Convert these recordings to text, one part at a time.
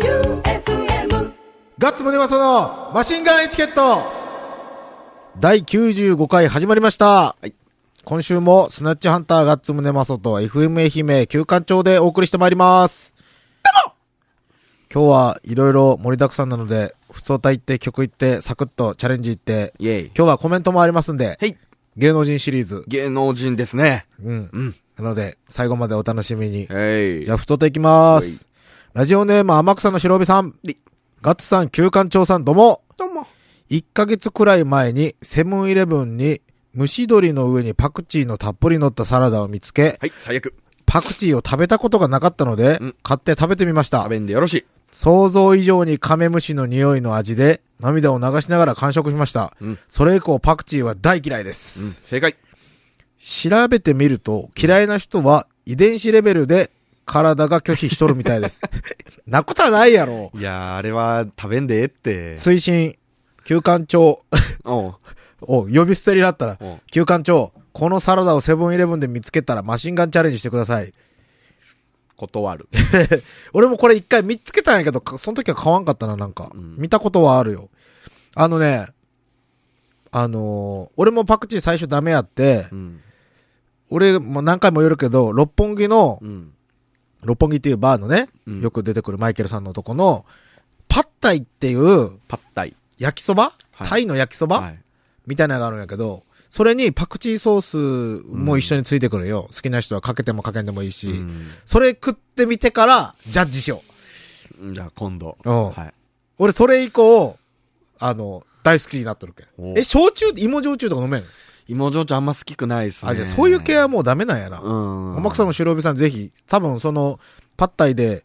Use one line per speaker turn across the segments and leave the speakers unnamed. J-O-E-U-F-M
ガッツムネマソのマシンガンエチケット第95回始まりました。
はい
今週もスナッチハンターガッツムネマソと FM 愛媛旧館長でお送りしてまいります。今日はいろいろ盛りだくさんなので、普通歌行って曲行ってサクッとチャレンジ行って、
イェイ。
今日はコメントもありますんで、
はい。
芸能人シリーズ。
芸能人ですね。
うん。
うん。
なので、最後までお楽しみに。
はい。
じゃあ、太っていきまー
はい
す。ラジオネーム、天草の白帯さん
はい。
ガッツさん、旧館長さん、どうも。
どうも。
1ヶ月くらい前に、セブンイレブンに、蒸し鶏の上にパクチーのたっぷり乗ったサラダを見つけ、
はい、最悪。
パクチーを食べたことがなかったので
うん、
買って食べてみました
食。べんでよろしい。
想像以上にカメムシの匂いの味で、涙を流しながら完食しました。
うん
それ以降、パクチーは大嫌いで
うん
す。、
正解。
調べてみると、嫌いな人は遺伝子レベルで体が拒否しとるみたい です。なことはないやろ。
いやー、あれは食べんでええって
推進、休館長
おう。
を呼び捨てになったら
うん、
休館長、このサラダをセブンイレブンで見つけたらマシンガンチャレンジしてください。
断る。
俺もこれ一回見つけたんやけど、かその時は買わんかったな、なんか。
うん
見たことはあるよ。あのね、あのー俺もパクチー最初ダメやって、
うん。
俺も何回も言うけど、六本木の、
うん。
六本木っていうバーのね、
うん
よく出てくるマイケルさんのとこの、パッタイっていう
パッタイ。
焼きそば、
はい
タイの焼きそば、
はい。
みたいなのがあるんやけど、それにパクチーソースも一緒についてくるよ。好きな人はかけてもかけんでもいいし。
うん
それ食ってみてから、ジャッジしよ
じゃあ今度。
おう
はい。
う。俺それ以降、あの、大好きになっとるけ
お
ん。え、焼酎、芋焼酎とか飲めん
芋焼酎あんま好きくないっすね。
あ、じゃあそういう系はもうダメなんやな。
う
お
ん。
天草の白帯さんぜひ、多分その、パッタイで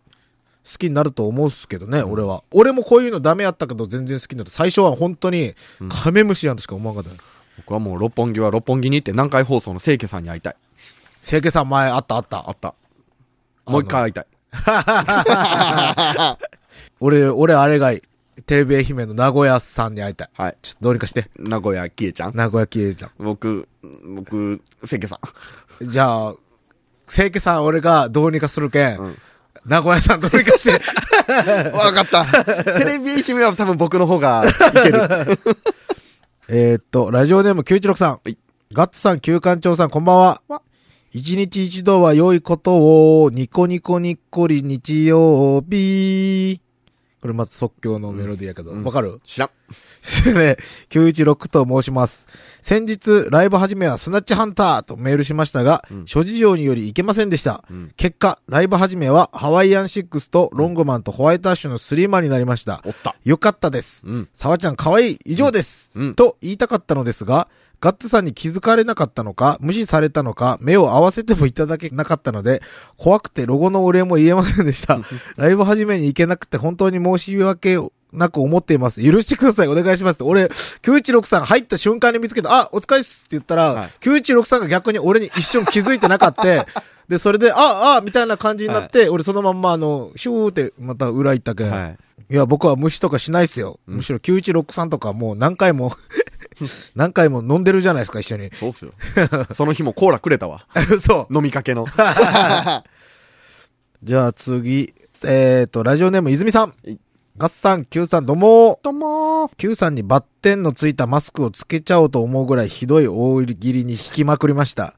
好きになると思うっすけどね、俺は。俺もこういうのダメやったけど全然好きになった。最初は本当に、カメムシやんとしか思わんかった。
僕はもう六本木は六本木に行って南海放送の清家さんに会いたい。
清家さん前あったあった。あった。
もう一回会いたい。
俺、俺あれがいい。テレビ愛媛の名古屋さんに会いたい。
はい。
ちょっとどうにかして。
名古屋きえちゃん。
名古屋消えちゃ
僕、僕、清家さん。
ん。じゃあ、清家さん俺がどうにかするけん。
うん
名古屋さんどうにかして。
わか った。テレビ愛媛は多分僕の方がいける。
えーっと、ラジオネーム916さん。
はい
ガッツさん、旧館長さん、こんばんは。
わ
一日一度は良いことを、ニコニコニッコリ日曜日。これまた即興のメロディーやけど、わ、
うん
か る
知らん。
ね、916と申します。先日、ライブ始めはスナッチハンターとメールしましたが、
うん
諸事情により行けませんでした。
うん
結果、ライブ始めはハワイアンシックスとロングマンとホワイトアッシュのスリーマンになりました。
おった。
よかったです。
うん。
沢ちゃん可愛い以上です、
うんうん
と言いたかったのですが、ガッツさんに気づかれなかったのか、無視されたのか、目を合わせてもいただけなかったので、怖くてロゴのお礼も言えませんで した。ライブ始めに行けなくて本当に申し訳なく思っています。許してください。お願いします。俺、916さん入った瞬間に見つけた、あ、お疲れっすって言ったら、
はい
916さんが逆に俺に一瞬気づいてなか った。で、それで、あ、あ、みたいな感じになって、俺そのまんま、あの、シューってまた裏行ったけん。
はい。
いや、僕は無視とかしないっすよ。むしろ916さんとかもう何回
。
も、何回も飲んでるじゃないですか、一緒に
そうっすよ。その日もコーラくれた わ。
そう。
飲みかけ の。
じゃあ次、えっ、と、ラジオネーム泉さん
い。
ガッサン、Q さん、どうも
どうもー。
Q さんにバッテンのついたマスクをつけちゃおうと思うぐらいひどい大喜利に引きまくりました。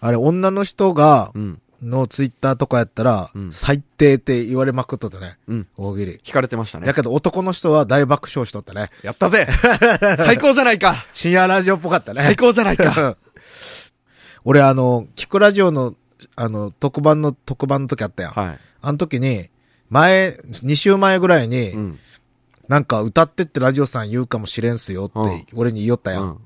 あれ、女の人が、
うん。
のツイッターとかやったら、
うん
最低って言われまくっとったね。
うん。
大喜利。
惹かれてましたね
だ。けど男の人は大爆笑しとったね。
やった ぜ最高じゃないか
深夜ラジオっぽかったね。
最高じゃないか
俺あの、キクラジオの、あの、特番の、特番の時あったやん。
は
あの時に、前、2週前ぐらいに、
い。うん。
なんか歌ってってラジオさん言うかもしれんすよって
うん、
俺に言おった
う
やん。
ん。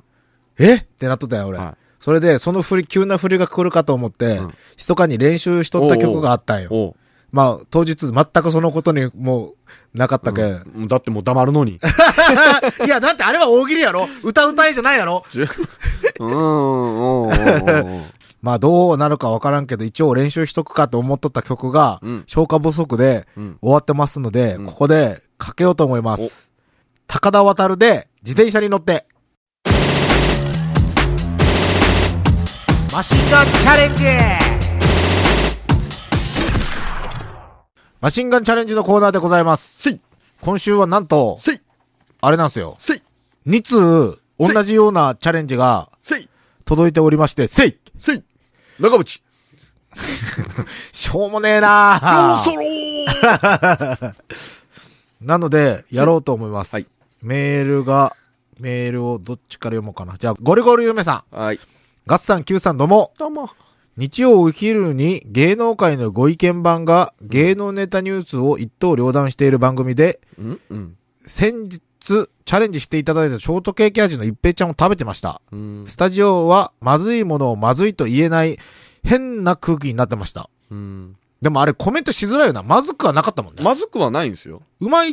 えってなっとったやん、俺。
はい
それで、その振り、急な振りが来るかと思って、
うん
密かに練習しとった曲があったんよ。
おう。
まあ、当日、全くそのことに、もう、なかったけ、ん。
だってもう黙るのに。
いや、だってあれは大喜利やろ歌歌いじゃないやろ
うーん、おうおうおう
まあどうなるかわからんけど、一応練習しとくかと思っとった曲が
うん、
消化不足で
うん
終わってますので、
うん
ここでかけようと思います。高田渡るで自転車に乗って、マシンガンチャレンジマシンガンチャレンジのコーナーでございます。
せい
今週はなんと、
せい
あれなんですよ。
せい
2通、同じようなチャレンジが
せい
届いておりまして、せい
せい長渕
しょうもねえな
よ
あ
うそろー
なので、やろうと思います。
はい
メールが、メールをどっちから読もうかな。じゃあ、ゴリゴリ夢さん。
はい。
ガッサン、キューさんどうも。
どうも。
日曜お昼に芸能界のご意見番が芸能ネタニュースを一刀両断している番組で、
うんうん。
先日チャレンジしていただいたショートケーキ味の一平ちゃんを食べてました。
うん
スタジオはまずいものをまずいと言えない変な空気になってました。
うん。
でもあれコメントしづらいよな。まずくはなかったもんね。
まずくはないんですよ。
うまい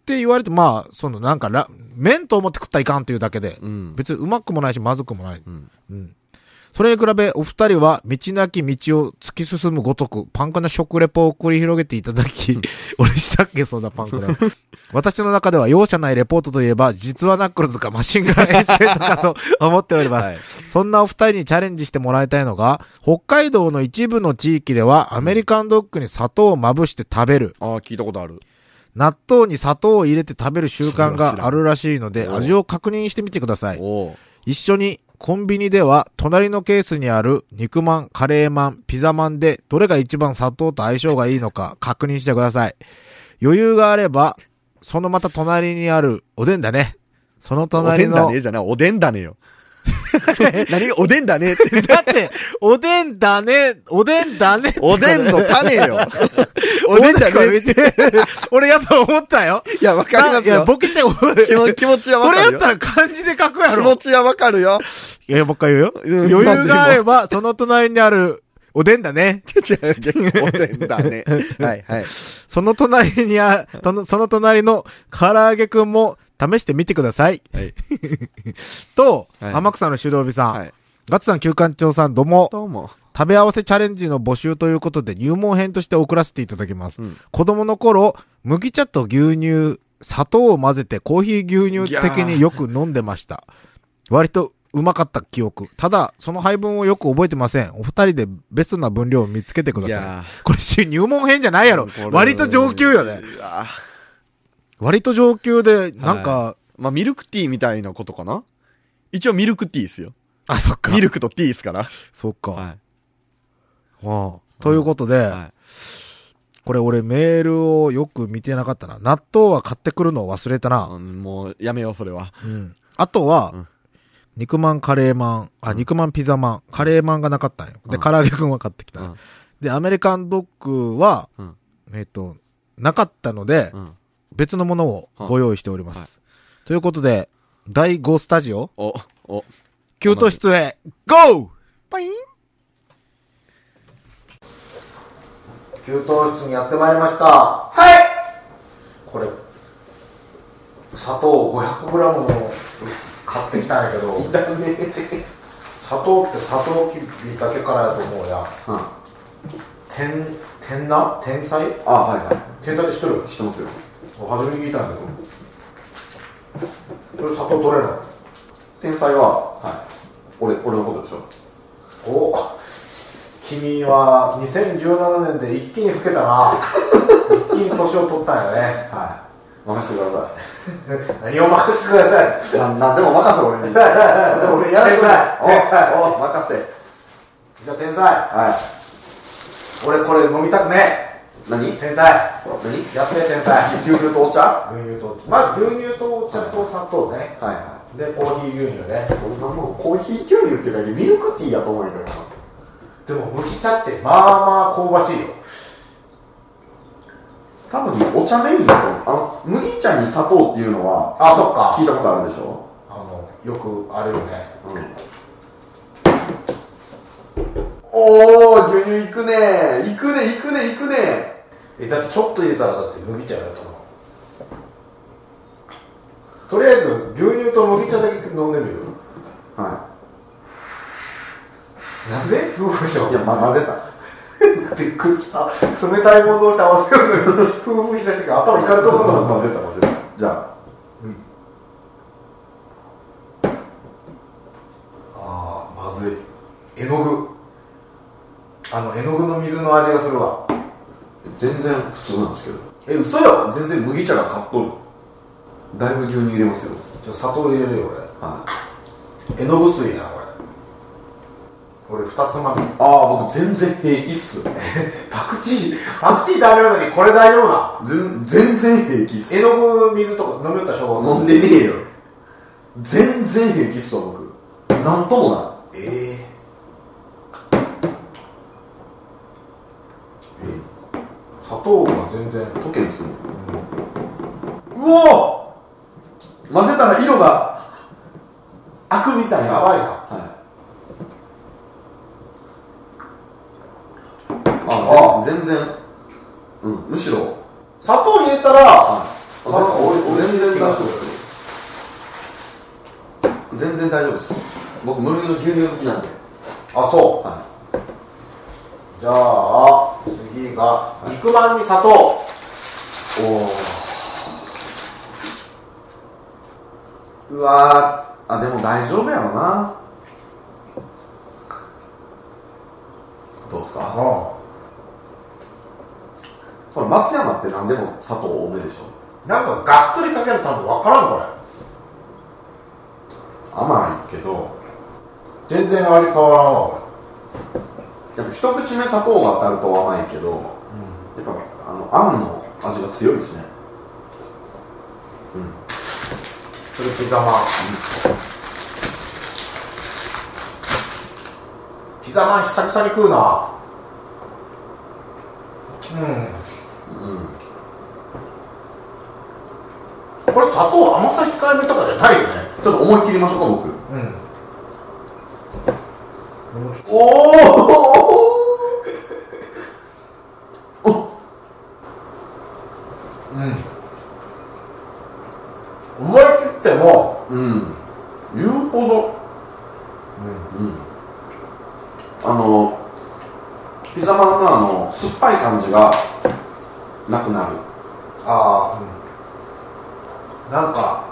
って言われて、まあ、そのなんかラ、麺と思って食ったらいかんっていうだけで、
うん。
別にうまくもないしまずくもない。
うん。
うん。それに比べ、お二人は道なき道を突き進むごとく、パンクな食レポを繰り広げていただ き、俺したっけ、そんなパンクな。私の中では容赦ないレポートといえば、実はナックルズかマシンガン HK とかと思っております。
はい。
そんなお二人にチャレンジしてもらいたいのが、北海道の一部の地域では、アメリカンドッグに砂糖をまぶして食べる。
ああ、聞いたことある。
納豆に砂糖を入れて食べる習慣があるらしいので、
それは知
味
らん
を確認してみてください。
おう
一緒にコンビニでは隣のケースにある肉まん、カレーまん、ピザまんでどれが一番砂糖と相性がいいのか確認してください。余裕があれば、そのまた隣にあるおでんだね。その
おで
隣
んだ
の
ね。じゃない。おでんだ ねよ。何おでんだねって。
だって、おでんだね、おでんだね。
おでんの種よ。 おでんだねって。
俺やっぱ思ったよ。
いや、わかります
いや、
よ。
ボケて、
気
そ
持気持ちはわ
れ
か
や
る
っ
よ。
たら漢字で書くや
気
ろ
持。ちはわかるよ。
いや、もう一回言うよ。
うん
余裕があれば、その隣にあるおでんだね。
違う、おでんだね。 はい、はい。
その隣にあ、そのその隣の唐揚げくんも試してみてください。
はい。
と、
はい
天草の修道美さん、
はい。
ガッツさん、旧館長さん、どうも。
どうも。
食べ合わせチャレンジの募集ということで入門編として送らせていただきます。
うん
子供の頃、麦茶と牛乳、砂糖を混ぜてコーヒー牛乳的によく飲んでました。割とうまかった記憶。ただ、その配分をよく覚えてません。お二人でベストな分量を見つけてくだ
い
さ
や
い。これし入門編じゃないやろ。割と上級よね。。
うわー
割と上級で、なんか、
まあ、ミルクティーみたいなことかな一応ミルクティーですよ。
あ、そっか。
ミルクとティーですから。
そっか。
は
うんということで、
い。は
これ俺メールをよく見てなかったな。納豆は買ってくるのを忘れた
い。
な。
うんもう、やめよう、それは。
うん。あとは、
うん
肉まんカレーまん、あ、肉まんピザまん、カレーまんがなかったんよ。で、
うん
唐揚げくんは買ってきた。
うん
で、アメリカンドッグは、
うん
えっ、と、なかったので、
うん。
別のものをご用意しております。
うんはい
ということで、第5スタジオ、
お、お。
給湯室へ、GO!
パイン
給湯室にやってまいりましたはいこれ砂糖 500g の買ってきたんやけど砂糖って砂糖きびだけからやと思うや
うん、あ
天天な天才
はいは
天才って知ってる
い知ってますよ
初めに聞いたんやけどそれ砂糖取れるの
天才は、はい、俺俺のことでしょ
お君は2017年で一気に老けたな一気に年を取ったんやね
はい任せてくださ
何を任せてください
いななんでも任せ俺にでも俺やらせて
天才
おお任せ
じゃあ天才
は
俺これ飲みたくね
い何
え天才
何
やって天才
牛乳とお茶は
牛乳とまず牛乳とお茶と砂糖ね
いはい
でコーヒー牛乳ね
そんなもんコーヒー牛乳っていうかミルクティーやと思うんだけどな
でも麦茶ってまあまあ香ばしいよ
多分ねお茶メニューだと思うあの麦茶に砂糖っていうのは
あそっか
聞いたことあるでしょ
あのよくあるよね
うんおお牛乳いくねいくねいくねいくね
えだってちょっと入れたらだって麦茶やったのとりあえず牛乳と麦茶だけ飲んでみる
は
なんで夫婦でしょ
い。いや、ま、混ぜた。
びっくりした冷たいものをして合わせるのに夫婦した時頭いかれたことだった
混ぜた、混ぜた。じゃ
ああまずい絵の具あの絵の具の水の味がするわ
あ、全然普通なんですけどえ嘘よ全然麦茶が買っとるだいぶ牛乳入れますよ
ちょ砂糖入れるよ
はい
俺絵の具水やなこれ俺二つまみ
ああ僕全然平気っす
パクチーパクチーダメなのにこれ大丈夫な
全全然平気っす
絵の具水とか飲みよったしょうが
飲んでねえよ全然平気っすわ僕なんともない
ええ砂糖が全然
溶けるんですねうおー混ぜたら色が開くみたいな
やばいな
あぜ全然うんむしろ
砂糖入れたら
あ
なんかおいおいしい
全然
気
大
が
丈
す
夫
る
です全然大丈夫です僕無類の牛乳好きなんで
あそう
は
じゃあ次が肉まんに砂糖
いおおうわーあでも大丈夫やろなどうっすかこれ松山って何でも砂糖多めでしょ
なんかがっつりかけると多分分からんこ
甘いけど
れ全然味変わらんわこ
やっぱ一口目砂糖が当たると甘いけど、やっぱあのあんの味が強いですね
れそれピザまんピザまん久々に食うなうんこれ砂糖甘さ控えめとかじゃないよね
ちょっと思い切りましょうか僕
もうちょっ
おおお
と思い切っても
うん言うほどうん、あのピザまんのあの酸っぱい感じがなくなる
ああ、うん、なんか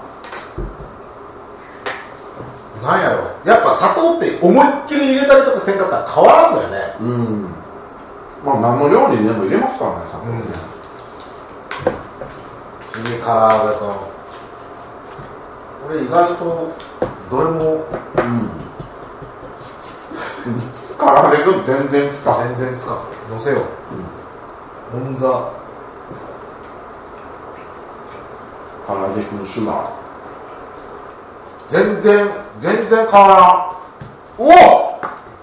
なんやろやっぱ砂糖って思いっきり入れたりとかせんかったら変わらんのよね
うんまあ何の料理にでも入れますからね砂糖ね、
次から揚げくんこれ意外とどれも
から揚げくん全然つか
全然使うのせようオンザ
んから揚げくんシュガー
全然全然変わ
おお
らん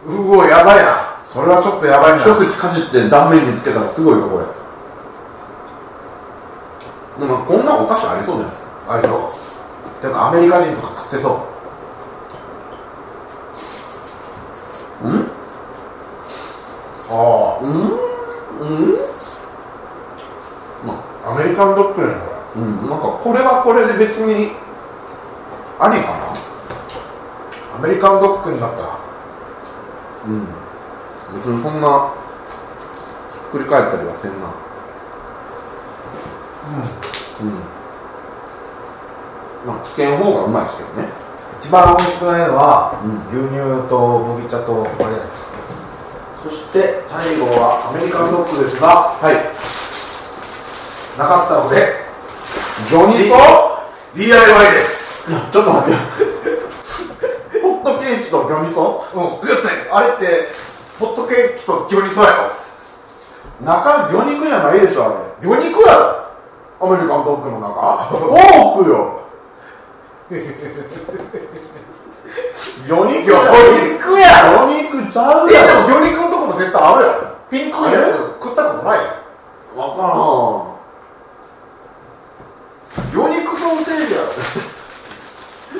うおやばいなそれはちょっとやばいな
一口かじって断面につけたらすごいぞこれでもこんなお菓子ありそうじゃないですか
あれそうてかアメリカ人とか食ってそうああうんうんアメリカンドッグやなこ
うんなんかこれはこれで別にありかな
れアメリカンドッグになった
別にそんなひっくり返ったりはせんなうんうんまあつけん方がうまいですけどね
一番美味しくないのは、牛乳と麦茶とこれそして最後はアメリカンドッグですが
はい
なかったので
ジョニソ
DIY です
ちょっと待ってホットケーキとギョニソ
うんだってあれってホットケーキと魚肉そうやろ
中魚肉じゃないでしょあれ
魚肉やろ
アメリカンドッグの中多くよ魚
魚
肉
肉やろ
魚肉ちゃう
いや
や
でも魚
ろ
肉のとこも絶対合うやろピンクいやつ食ったことないよ
分からん
魚肉ソーセー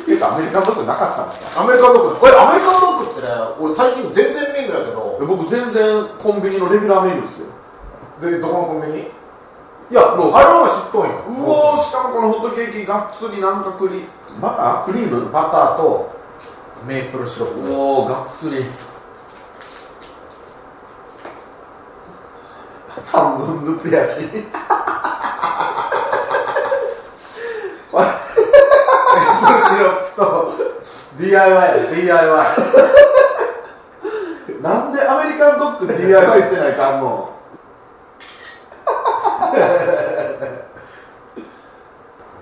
ジやろ
っていうかアメリカンドッグなかったんですか
アメリカンドッグこれアメリカンドッグってね俺最近全然見んのやけど
僕全然コンビニのレギュラーメニューですよ
でどこのコンビニいやあれは知っとんよ
うおーしかもこのホットケーキがっつりなんかクリバタークリーム
バターとメープルシロップ
おおがっつり半分ずつやし
メープルシロップと DIY DIY
なんでアメリカンドッグ DIY してないかんの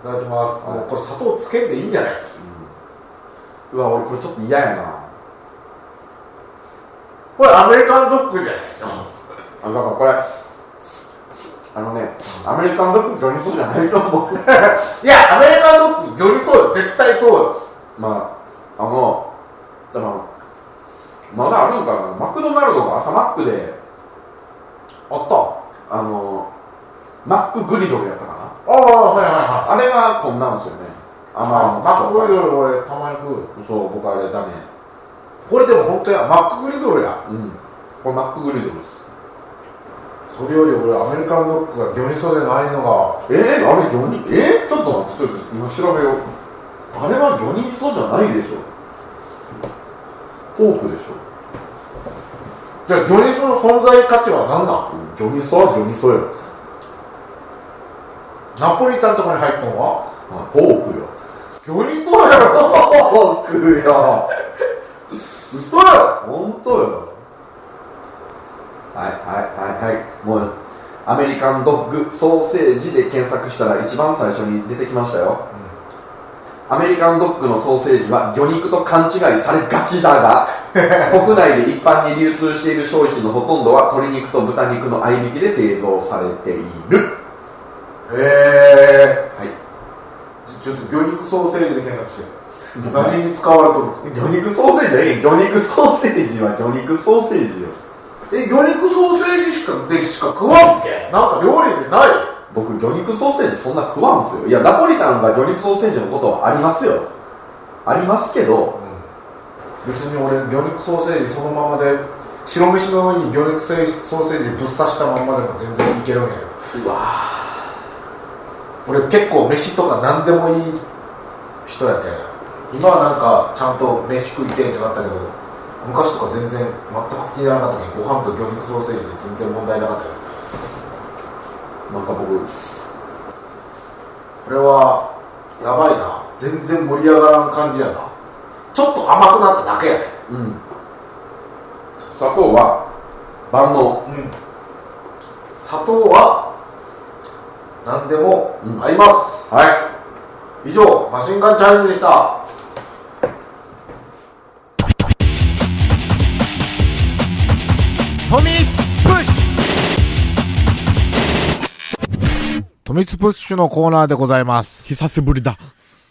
ただきます、もうこれ砂糖つけんでいいんじゃないう
わ俺これちょっと嫌やな
これアメリカンドッグじゃない
あだからこれあのねアメリカンドッグジョニソじゃないと思う
いやアメリカンドッグよりそうよ絶対そうよ
まああのでもまだあるんかなマクドナルドが朝マックで
あった
あのマックグリドルやったかな
ああはいはいはい
あれがこんなんですよね甘いの
マックグリ
ル
ドル俺たまに食うよ
そう僕あれダメ
これでも本当やマックグリドルや
うんこれマックグリドルです
それより俺アメリカンドッグが魚味噌じゃないのが
えー、あれ魚にえー、ちょっと待ってちょっと今調べようあれは魚人そうじゃないでしょポークでしょ
じゃあ魚味噌の存在価値は何な
ジョニソはジョニソよ。
んナポリタンとかに入ったのは
あポークよ。
魚味噌やろ
ポークよ。
嘘やろ
本当よ。はいはいはいはい。もう、アメリカンドッグソーセージで検索したら一番最初に出てきましたよ。アメリカンドッグのソーセージは魚肉と勘違いされがちだが国内で一般に流通している商品のほとんどは鶏肉と豚肉の合いびきで製造されている
へえ
はい
ちょっと魚肉ソーセージで検索して何に使われとるか
魚肉ソーセージはええ魚肉ソーセージは魚肉ソーセージよ
え魚肉ソーセージしかでしか食わんけなんか料理でない
僕魚肉ソーセージそんな食わんすよいやナポリタンが魚肉ソーセージのことはありますよありますけど
別に俺魚肉ソーセージそのままで白飯の上に魚肉ソーセージぶっ刺したまんまでも全然いけるんやけど
うわ
俺結構飯とか何でもいい人やけん今はなんかちゃんと飯食いてんってなったけど昔とか全然全く気にならなかったけどご飯と魚肉ソーセージで全然問題なかったけど
なんか僕
これはやばいな全然盛り上がらん感じやなちょっと甘くなっただけやね
うん砂糖は万能
砂糖は何でも
うん
合います、
は
以上マシンガンチャレンジでした
トミスプッシュ
トミスプッシュのコーナーでございます。
久しぶりだ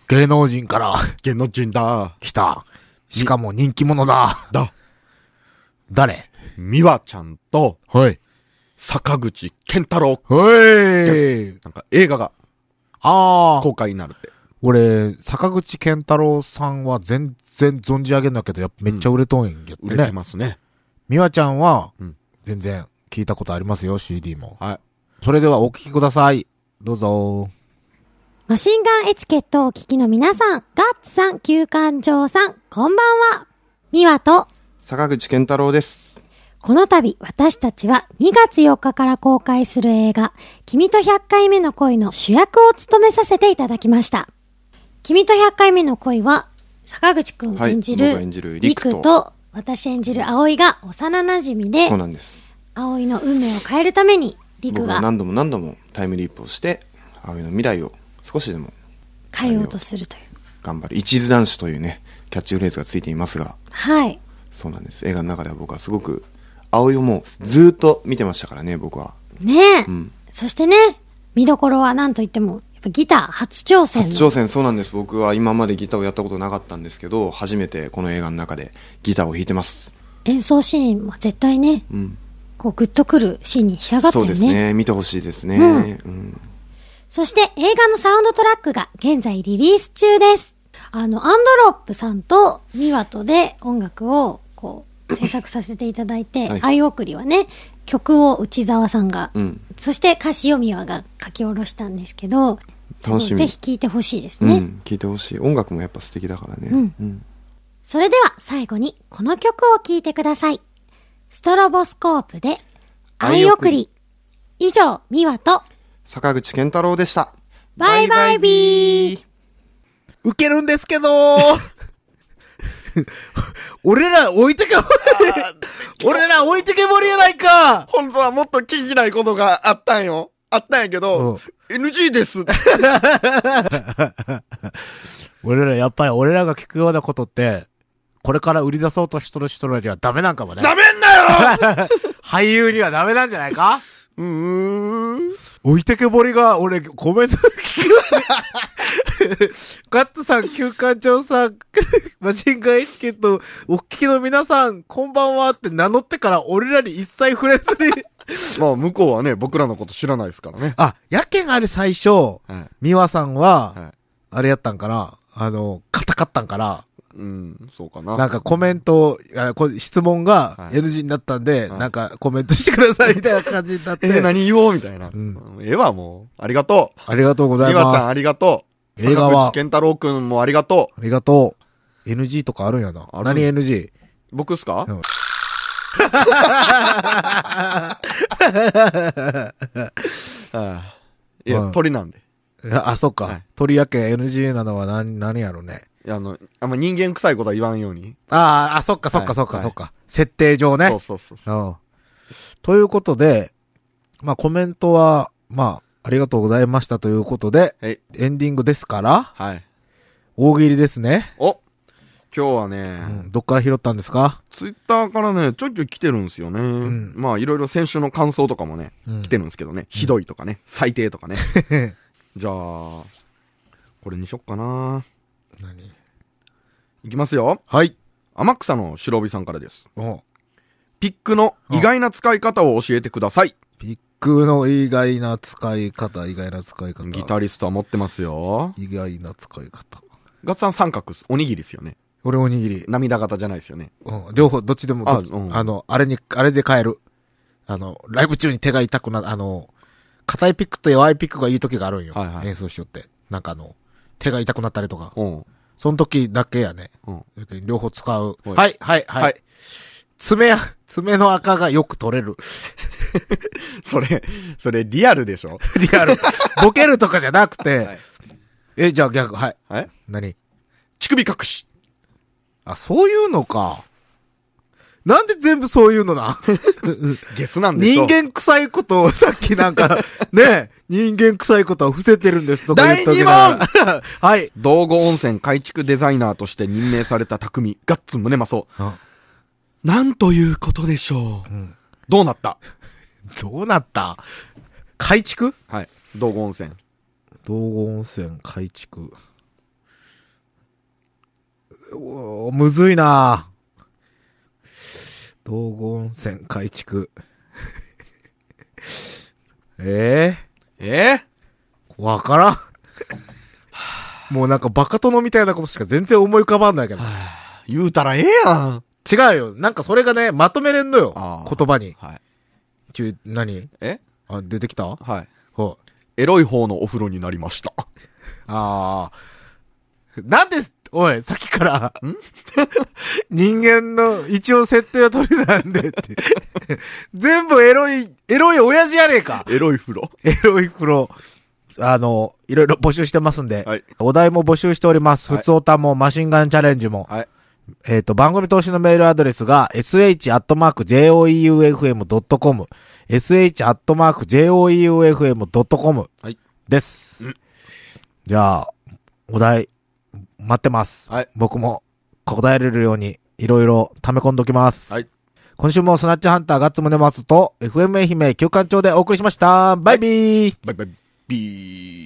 芸能人から
芸能人だ
来た。しかも人気者だ。
だ
誰
美和ちゃんと
はい。
坂口健太郎
はい。
なんか映画が
ああ。
公開になるって
俺、坂口健太郎さんは全然存じ上げんだけど、やっぱめっちゃ売れとんやけ
売
ど
れて
ね。
ますね
美和ちゃんは
うん、
全然聞いたことありますよ、CD も。
はい
それではお聞きください。どうぞ。
マシンガンエチケットをお聞きの皆さん、ガッツさん、旧館長さん、こんばんは。ミワと、
坂口健太郎です。
この度私たちは2月4日から公開する映画、君と100回目の恋の主役を務めさせていただきました。君と100回目の恋は、坂口くん
はい
演じ
僕
る、
が演じる
リ
陸と
クと、私演じる葵が幼馴染で
そう、なんです。
葵の運命を変えるために、リク
僕は
が
何度も何度もタイムリープをして、葵の未来を少しでも
変えようとするという。
頑張る。一途男子というね、キャッチフレーズがついていますが、
はい。
そうなんです。映画の中では僕はすごく、葵をもうずーっと見てましたからね、僕は。
ねえ、
ん
そしてね見どころは何といってもやっぱギター初挑戦
初
の
挑戦、そうなんです。僕は今までギターをやったことなかったんですけど、初めてこの映画の中でギターを弾いてます。
演奏シーンも絶対ね、
ん
こうグッとくるシーンに仕上がっ
そ
たよ
う
ね
ですね。見てほしいですね。う
う
ん
そして映画のサウンドトラックが現在リリース中ですあのアンドロップさんとミワトで音楽をこう制作させていただいて「
はい
愛送り」はね曲を内澤さんが、
うん
そして歌詞をミワが書き下ろしたんですけど
楽しみ
ぜひ聴いてほしいですね、
うん。聞いてほしい。音楽もやっぱ素敵だからね。
ん
うん
それでは最後にこの曲を聴いてください。ストロボスコープで愛送り。以上、ミワと
坂口健太郎でした。
バイバイビー
ウケるんですけど 俺ら置いてけぼり、俺ら置いてけぼりやないか
本当はもっと聞きたいことがあったんよ
あったんやけど、NG ですって。
俺ら、やっぱり俺らが聞くようなことって、これから売り出そうとしとる人らにはダメなんかもね。
ダメんなよ
俳優にはダメなんじゃないか
うーん。
置いてけぼりが、俺、コメント聞く。ガッツさん、休館長さん、 マシンガンエチケット、お聞きの皆さん、こんばんはって名乗ってから、俺らに一切触れずに。
まあ、向こうはね、僕らのこと知らないですからね。
あ、やけんあれ最初、
はい。
美和さんは、
はい
あれやったんから、あの、硬かったんから、
うん、そうかな。
なんかコメント、あこ質問が
はい
NG になったんで、
はい
なんかコメントしてくださいみたいな感じになっ
え
て、
ー、何言おうみたいな。
ん
ええわ、もう。ありがと
ありがとうご
う。
ざい
りわちゃん、
ま
あ
す。
りがとう。
映画
坂
は
口健太郎くんもありがと
ありがとう。NG とかあるんやな。
ある
何 NG?
う。僕っすか、
うん
ああいや、
うん
鳥なんで。
あ、そっか。
はい
鳥やけ NG なのは何、何やろうね。
いやあの、あんま人間臭いことは言わんように。
あーあ、そっかそっ
は
か
い
そっか
はい
そっか。設定上ね。
そうそうそうそう。
うん。ということで、まあコメントは、まあ、ありがとうございましたということで、
はい。
エンディングですから、
はい。
大喜利ですね。
お今日はね、
うん、どっから拾ったんですか
ツイッターからね、ちょいちょい来てるんですよね。
ん
まあ、いろいろ先週の感想とかもね、
うん
来てるんですけどね。ひどいとかね、最低と かね。じゃあ、これにしよっかな。
何
いきますよ。
はい。
天草の白帯さんからです。
お
ピックの意外な使い方を教えてください。
ピックの意外な使い方、意外な使い方。
ギタリストは持ってますよ。
意外な使い方。
ガッツさん三角っす。おにぎりですよね。
俺おにぎり。
涙型じゃないですよね。
うん、両方、どっちでも
あ
どっちあ、
うん
の、あれに、あれで変える。あの、ライブ中に手が痛くなる、あの、硬いピックと弱いピックがいい時があるんよ。
はいはい
演奏しよって。なんかあの、手が痛くなったりとか。
うん。
その時だけやね。
うん。
両方使う。
はい
はい、はい、はい。
はい
爪や、爪の赤がよく取れる。
それ、それリアルでしょ
リアル。ボケるとかじゃなくて。
い
え、じゃあ逆、はい。
はい
何
乳首隠し。
あ、そういうのか。なんで全部そういうのなん
ゲスなんでしょ
人間臭いことをさっきな んか、ねえ、人間臭いことは伏せてるんです、とか言っときながら はい。
道後温泉改築デザイナーとして任命された匠、ガッツムネマソ。
あ
なんということでしょう。どうなった
どうなった改築
はい。道後温泉。
道後温泉改築。おーむずいな道後温泉改築。 え
え
えわからん。もうなんかバカ殿みたいなことしか全然思い浮かばんないけど。
ー、言うたらええやん。
違うよ。なんかそれがね、まとめれんのよ。
あー
言葉に。
はい。
ちゅ、何
え
あ、出てきた
はい。
ほう。
エロい方のお風呂になりました。
ああ。なんです、おい、さっきから、人間の一応設定は取れなんでって。全部エロい、エロい親父やねえか。
エロい風呂。
エロいプロ。あの、いろいろ募集してますんで、
はい
お題も募集しております。
はい
普通おたも、マシンガンチャレンジも。
はい。
えっ、と、番組投資のメールアドレスが、sh.joeufm.com、sh.joeufm.com
はい
です。じゃあ、お題、待ってます。
はい
僕も、答えれるように、いろいろ溜め込んどきます。
はい
今週もスナッチハンターガッツムネマスと、FM 愛媛休館長でお送りしました。バイビー、
バイバイ。ビー。